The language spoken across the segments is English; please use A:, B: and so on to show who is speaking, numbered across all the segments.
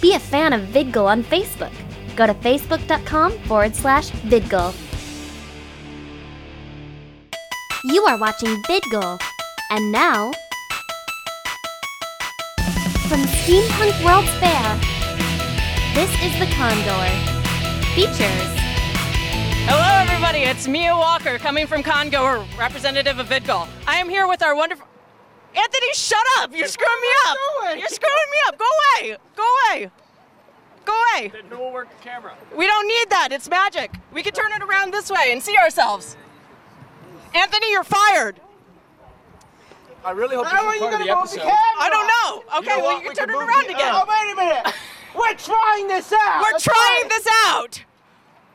A: Be a fan of VidGoal on Facebook. Go to facebook.com forward slash VidGoal. You are watching VidGoal. And now, from Steampunk World's Fair, this is The Condor. Features
B: Hello, everybody. It's Mia Walker coming from Congo, or representative of VidGol. I am here with our wonderful. Anthony, shut up! You're screwing me up! You're screwing me up! Go away! Go away! Go away!
C: Then no one worked the camera.
B: We don't need that. It's magic. We can turn it around this way and see ourselves. Anthony, you're fired.
C: I really hope this
D: How are
C: is
D: you
C: part of
D: gonna
C: the
D: move the
C: episode.
D: camera?
B: I don't know. Okay,
C: You know
B: well,
C: what?
B: you
C: We
B: can turn
C: can
B: it
C: move
B: around
C: the-
B: again.
D: Oh wait a minute! We're trying this out.
B: We're
D: Let's
B: trying
D: try it.
B: this out.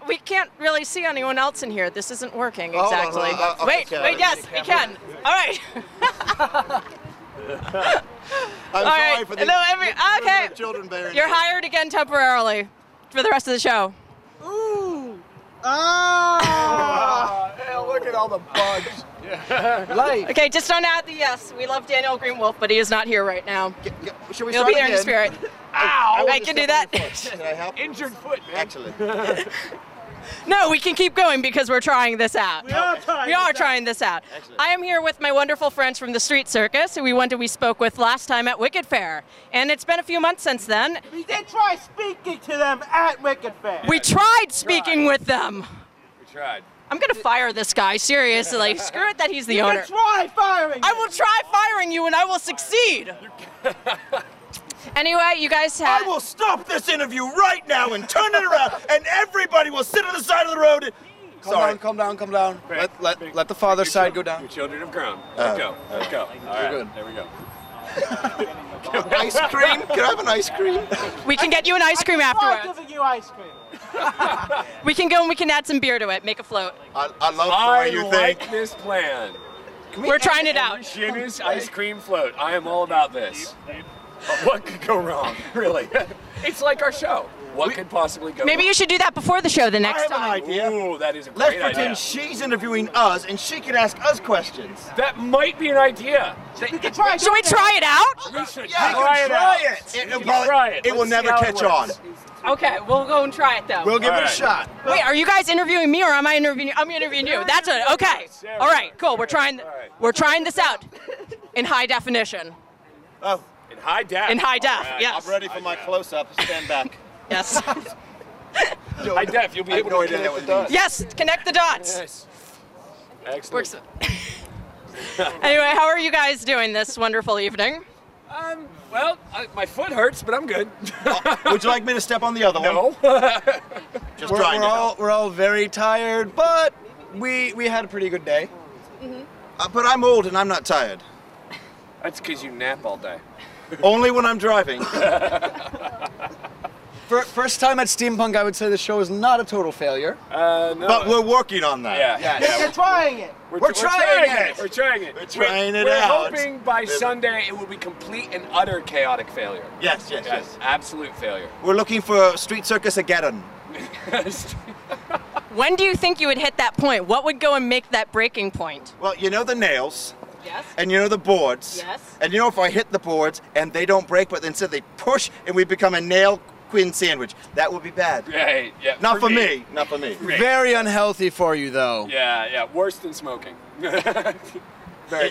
B: We can't really see anyone else in here. This isn't working
E: Hold on,
B: exactly.
E: hold on. Uh, okay,
B: wait,
E: okay.
B: wait, yes, we can. All right.
E: I'm
B: All
E: sorry
B: right.
E: for the
B: No, every-
E: the-
B: okay.
E: the children bearing.
B: You're hired again temporarily for the rest of the show.
D: Ooh. Ah.
C: Uh, yeah, look at all the bugs.
D: Life.
B: Okay, just don't add the yes. We love Daniel Greenwolf, but he is not here right now.
E: G- g- Should we
B: He'll
E: start
B: be there in
E: again?
B: the spirit.
E: I
C: Ow!
E: wanted
B: I
E: to
B: can
E: step
B: do
E: on
B: that.
E: your foot. Can I help?
C: Injured foot, man.
E: Actually,
B: No, we can keep going because we're trying this out. We
D: are trying
B: We are
D: this out.
B: trying this out.
E: Excellent.
B: I am here with my wonderful friends from the Street Circus, who we went and we spoke with last time at Wicked Fair, and it's been a few months since then.
D: We did try speaking to them at Wicked Fair.
B: We tried speaking with them.
C: We tried.
B: I'm gonna fire this guy seriously. Screw it that he's the
D: You
B: owner.
D: can try firing.
B: I
D: them.
B: will try firing you, and I will succeed. anyway, you guys have.
F: I will stop this interview right now and turn it around, and everybody will sit on the side of the road. And...
E: calm
F: Sorry.
E: down, calm down, calm down. Let
C: Big-
E: let let the father
C: your
E: side go
C: children- Your
E: down.
C: children have grown. Let's go. Let's go. Oh. All right.
E: good.
C: There we go.
E: Ice cream? Can I have an ice cream?
B: We can get you an ice cream
D: Try
B: afterwards.
D: giving you ice cream.
B: We can go and we can add some beer to it, make a float.
E: I, I love the
C: I
E: way you
C: like
E: think.
C: this plan.
B: We're trying it out.
C: Jimmy's ice cream float. I am all about this. What could go wrong? Really? It's like our show. What could possibly go
B: Maybe you should do that before the show the
F: I
B: next
F: have an
B: time.
F: idea.
C: Ooh, that is a great
F: Let's
C: idea.
F: pretend she's interviewing us, and she can ask us questions.
C: That might be an idea.
D: You can try.
B: Should we try it out?
C: We should
F: Yeah,
C: try,
F: you
C: it
F: can
C: out.
F: try it.
C: You
F: It, will
C: can
F: probably-
C: try it.
F: it will
C: Let's see
F: never
C: how it
F: catch on.
C: works.
B: Okay, we'll go and try it though.
F: We'll give
C: All
F: it a
C: right.
F: shot.
B: Wait, are you guys interviewing me or am I interviewing you? I'm interviewing you. That's it. Okay. All right, cool. We're trying we're trying this out in high definition.
F: Oh,
C: In high def.
B: In high def,
C: Alright.
B: yes.
F: I'm ready for my close-up. Stand back.
B: Yes.
C: High def. You'll be
E: I have
C: able
E: no
C: to
E: idea
C: connect
E: what
C: the
E: it
C: dots.
E: means.
B: Yes, connect the dots.
C: Yes. Excellent.
B: Works. anyway, how are you guys doing this wonderful evening?
C: Um, well, I, my foot hurts, but I'm good.
F: Would you like me to step on the other one?
C: no.
F: Just
E: We're,
F: trying
E: we're
F: it out.
E: all we're all very tired, but we we had a pretty good day.
B: Mm-hmm.
F: Uh, but I'm old and I'm not tired.
C: That's because you nap all day.
F: Only when I'm driving.
E: For, first time at Steampunk, I would say the show is not a total failure.
C: Uh, no.
F: But we're working on that.
C: yeah.
E: Yeah.
D: You can trying it.
C: We're,
E: We're trying it.
C: We're trying it.
F: We're trying
C: we're,
F: it
C: we're
F: out.
C: hoping by Sunday it will be complete and utter chaotic failure.
F: Yes, yes,
C: Yes,
F: yes.
C: absolute failure.
F: We're looking for Street Circus Agaddon.
B: When do you think you would hit that point? What would go and make that breaking point?
F: Well, you know the nails.
B: Yes.
F: and you know the boards.
B: Yes.
F: And you know if I hit the boards and they don't break, but instead they push and we become a nail queen sandwich. That would be bad.
C: Right, yeah.
F: Not for, me. Not for me.
C: Great.
E: Very unhealthy for you, though.
C: Yeah, yeah. Worse than smoking. Very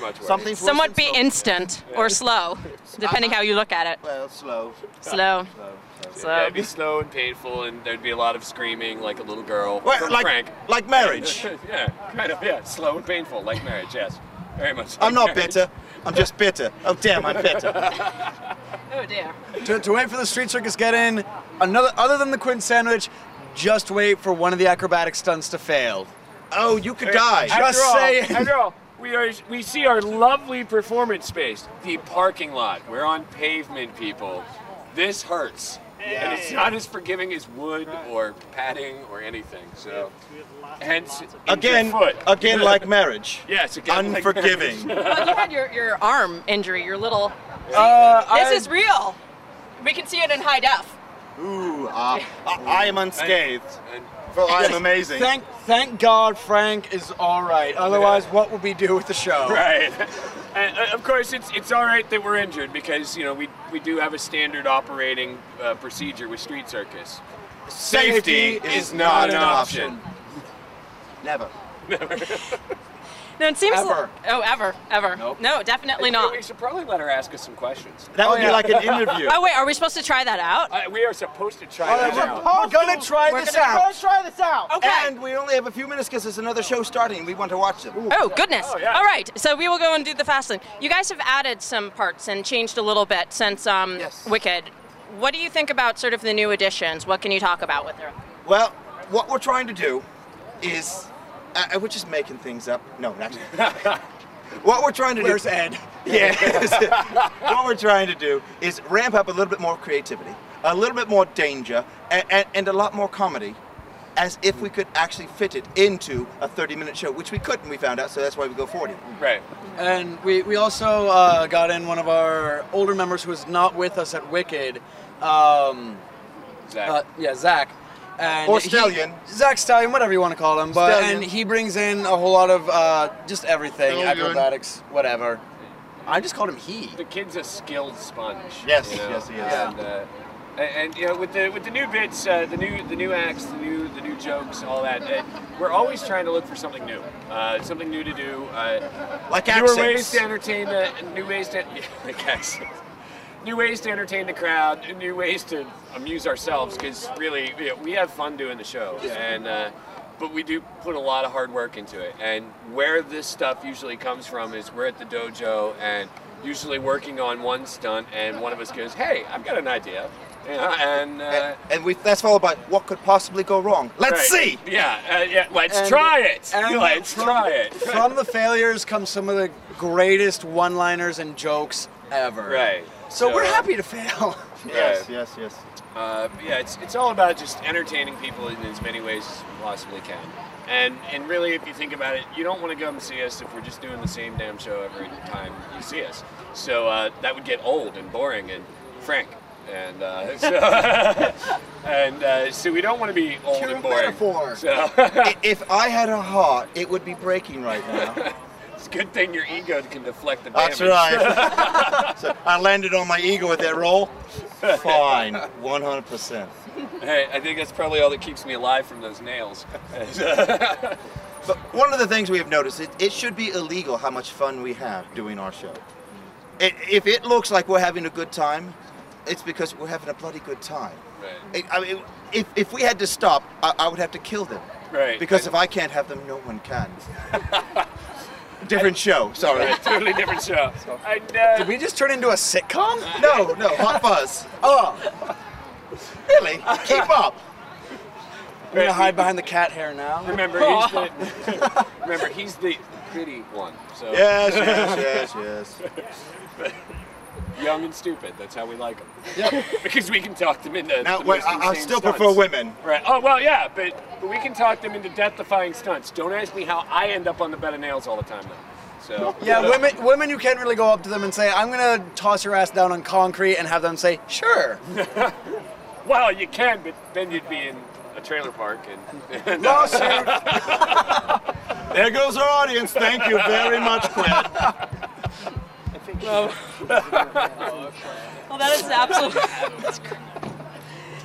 C: much worse.
F: Something. for
B: Somewhat
F: us
B: be
F: and
B: instant or slow, depending how you look at it.
F: so- Well, slow.
B: Slow.
F: slow, slow.
B: Slow.
C: Yeah, it'd be slow and painful, and there'd be a lot of screaming, like a little girl.
F: Well,
C: from
F: like
C: Frank.
F: like marriage.
C: yeah, kind of. Yeah, slow and painful, like marriage. Yes, very much.
F: I'm
C: like
F: not
C: marriage.
F: bitter. I'm just bitter. Oh damn, I'm bitter.
B: Oh dear.
E: To, to wait for the street circus get in, another other than the Quinn sandwich, just wait for one of the acrobatic stunts to fail.
F: Oh, you could die.
E: Just
C: after all,
E: saying.
C: After all, we are we see our lovely performance space, the parking lot. We're on pavement, people. This hurts, and it's not as forgiving as wood or padding or anything. So, hence injured
F: Again,
C: foot.
F: again like marriage.
C: Yes, again, like
F: Unforgiving.
B: Well, you had your, your arm injury, your little. this
E: Uh, I-
B: is real. We can see it in high def.
F: Ooh, ah, I, I am unscathed.
C: And-
F: For I am amazing.
E: Thank thank God Frank is all right. Otherwise, what would we do with the show?
C: Right. And, uh, of course, it's it's all right that we're injured because you know we we do have a standard operating uh, procedure with Street Circus. Safety, is not an option.
F: Never.
B: No, it seems.
F: Ever.
B: Oh, ever, ever.
F: Nope.
B: No, definitely not.
C: We should probably let her ask us some questions.
F: That would be like an interview.
B: Oh wait, are we supposed to try that out?
C: Uh, we are supposed to
F: Oh,
C: try that
D: we're
C: out.
D: po-
E: We're gonna try
B: We're
E: this
B: gonna Oh,
E: out.
D: Let's try this out.
B: Okay.
F: And we only have a few minutes because there's another show starting. and We want to watch them.
B: Oh goodness!
C: Oh, yeah.
B: All right, so we will go and do the fast lane. You guys have added some parts and changed a little bit since um,
F: Yes.
B: Wicked. What do you think about sort of the new additions? What can you talk about with her?
F: Well, what we're trying to do is, uh, uh, we're just making things up. No, not. what we're trying to
E: Where's
F: do.
E: Ed?
F: Yeah. what we're trying to do is ramp up a little bit more creativity, a little bit more danger, and, and, and a lot more comedy, as if we could actually fit it into a 30-minute show, which we couldn't. We found out, so that's why we go 40.
C: Right.
E: And we, we also uh, got in one of our older members who was not with us at Wicked. Um,
C: Zach.
E: uh, yeah, Zach. And
F: Or
E: he-
F: Stallion.
E: Zach Stallion, whatever you want to call him. But
F: Stallion.
E: and he brings in a whole lot of uh, just everything,
F: Stallion.
E: acrobatics, whatever. I just called him he.
C: the kid's a skilled sponge.
F: Yes, yes, he is.
C: And, uh, a- and you know, with the with the new bits, uh, the new the new acts, the new the new jokes, all that, uh, we're always trying to look for something new, uh, something new to do. Uh,
F: Like
C: Newer ways
F: accents.
C: to entertain the new ways to yeah, like accents. New ways to entertain the crowd, and new ways to amuse ourselves. Because really, you know, we have fun doing the show, and uh, but we do put a lot of hard work into it. And where this stuff usually comes from is we're at the dojo and usually working on one stunt, and one of us goes, "Hey, I've got an idea," you know, and. Uh,
F: And, and we, that's followed by what could possibly go wrong. Let's
C: right.
F: see.
C: Yeah, uh, yeah. Let's
E: And-
C: try it.
E: and
C: Let's
E: from-
C: try it.
E: From the failures come some of the greatest one-liners and jokes ever.
C: Right.
E: So, we're
C: So-
E: happy to fail.
C: Yes,
F: yes, yes.
C: Uh, but yeah, it's, it's all about just entertaining people in as many ways as we possibly can. And and really, if you think about it, you don't want to come and see us if we're just doing the same damn show every time you see us. So uh, that would get old and boring and frank. And uh, so and uh, so we don't want to be old
E: Pure
C: and boring.
E: metaphor.
C: So
F: I- if I had a heart, it would be breaking right now.
C: it's a good thing your ego can deflect the damage.
F: That's right. so I landed on my ego with that roll. Fine, 100%.
C: Hey, I think that's probably all that keeps me alive from those nails.
F: But one of the things we have noticed, it, it should be illegal how much fun we have doing our show. It, if it looks like we're having a good time, it's because we're having a bloody good time.
C: Right.
F: It- I mean, if, if we had to stop, I, I would have to kill them.
C: Right.
F: Because if I can't have them, no one can. Different show, sorry.
C: totally different show. And, uh,
E: Did we just turn into a sitcom?
F: No, no, hot fuzz.
E: Oh,
F: Really? Keep up.
E: I'm gonna hide behind the cat hair now.
C: Remember, he's the remember he's the pretty one. So
F: Yes, yes, yes, yes.
C: young and stupid. That's how we like him. because we can talk them into.
F: Now,
C: the
F: wait,
C: most
F: I, I
C: insane
F: still
C: stunts.
F: prefer women.
C: Right. Oh well, yeah, but, but we can talk them into death-defying stunts. Don't ask me how I end up on the bed of nails all the time, though. So
E: Yeah, women women you can't really go up to them and say, I'm gonna toss your ass down on concrete and have them say, sure.
C: Well, you can, but then you'd be in a trailer park, and, and
E: Lawsuit.
F: There goes our audience. Thank you very much, Quinn.
B: Well, that is absolutely.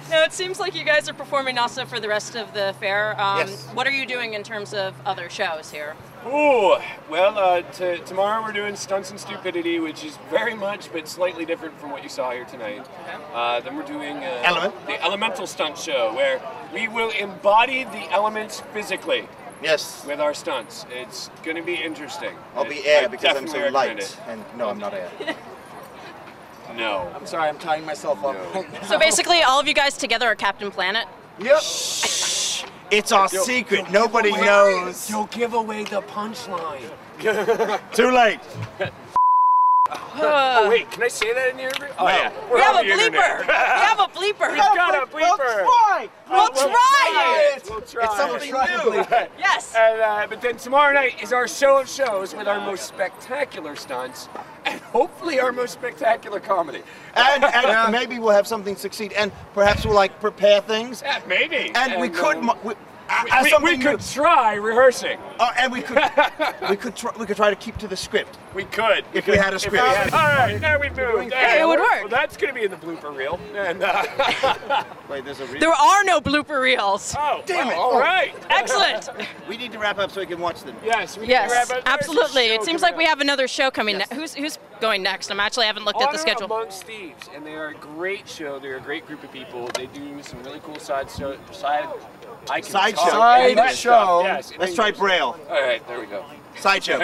B: No, it seems like you guys are performing also for the rest of the fair. Um,
F: Yes.
B: What are you doing in terms of other shows here?
C: Ooh, well, uh, t- tomorrow we're doing Stunts and Stupidity, which is very much but slightly different from what you saw here tonight. Uh, then we're doing uh,
F: Element.
C: the Elemental Stunt Show, where we will embody the elements physically
F: Yes.
C: with our stunts. It's going to be interesting.
F: I'll be
C: I
F: air because I'm so
C: definitely recommend
F: light. And no, I'm not air.
C: it. No.
E: I'm sorry, I'm tying myself up.
C: No.
B: So basically, all of you guys together are Captain Planet.
E: Yep.
F: It's our secret. Nobody knows.
C: You'll give away the punchline.
F: Too late.
C: Oh, wait, can I say that in the interview? Oh, yeah. We're
B: We
C: on
B: have a
C: the internet.
B: bleeper. we have a bleeper.
C: We've got a
D: Let's
C: bleeper.
D: try.
B: We'll try
C: it. We'll try
F: It's
C: it.
F: something new.
E: Probably.
B: Yes.
C: And, uh, but then tomorrow night is our show of shows with our most spectacular stunts and hopefully our most spectacular comedy.
F: And, and maybe we'll have something succeed. And perhaps we'll like prepare things.
C: Yeah, maybe.
F: And we could.
C: um,
F: mo- we- as
C: We, we
F: something
C: could try rehersing.
F: Uh, and we could we could try, we could try to keep to the script.
C: We could.
F: If we had a script.
C: all right, now we've moved.
B: Hey, it would work.
C: Well, that's going to be in the blooper reel. And, uh,
F: Wait, there's a reason.
B: There are no blooper reels.
C: oh,
F: Damn
C: wow,
F: it.
C: All right.
B: Excellent.
F: We need to wrap up so we can watch them.
C: Yes. We can
B: Yes,
C: wrap up. There's a
B: absolutely.
C: show
B: It seems
C: coming
B: like we
C: up.
B: have another show coming. Ne- who's who's going next? I'm actually I haven't looked at the
C: Honor
B: schedule.
C: Amongst Thieves, and they are a great show. They're a great group of people. They do some really cool side show, side. I can
F: Side
C: talk.
F: show.
C: All
E: Side
C: that stuff,
E: show.
C: Yes. and
F: Let's
C: then
F: try
C: there's-
F: Braille.
C: All right, there we go.
F: Sideshow.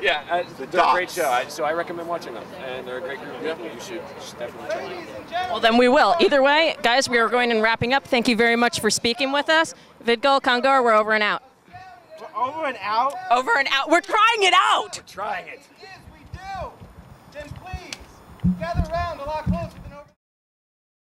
C: Yeah, uh, they're a great
F: docs.
C: show. I, so I recommend watching them, and they're a great group of people. You should should definitely check them out.
B: Well, then we will. Either way, guys, we are going and wrapping up. Thank you very much for speaking with us. Vidgal Kongor, we're over and out.
D: We're over and out.
B: Over and out. We're trying it out.
C: Trying it.
D: Yes, we do. Then please gather around a lot closer.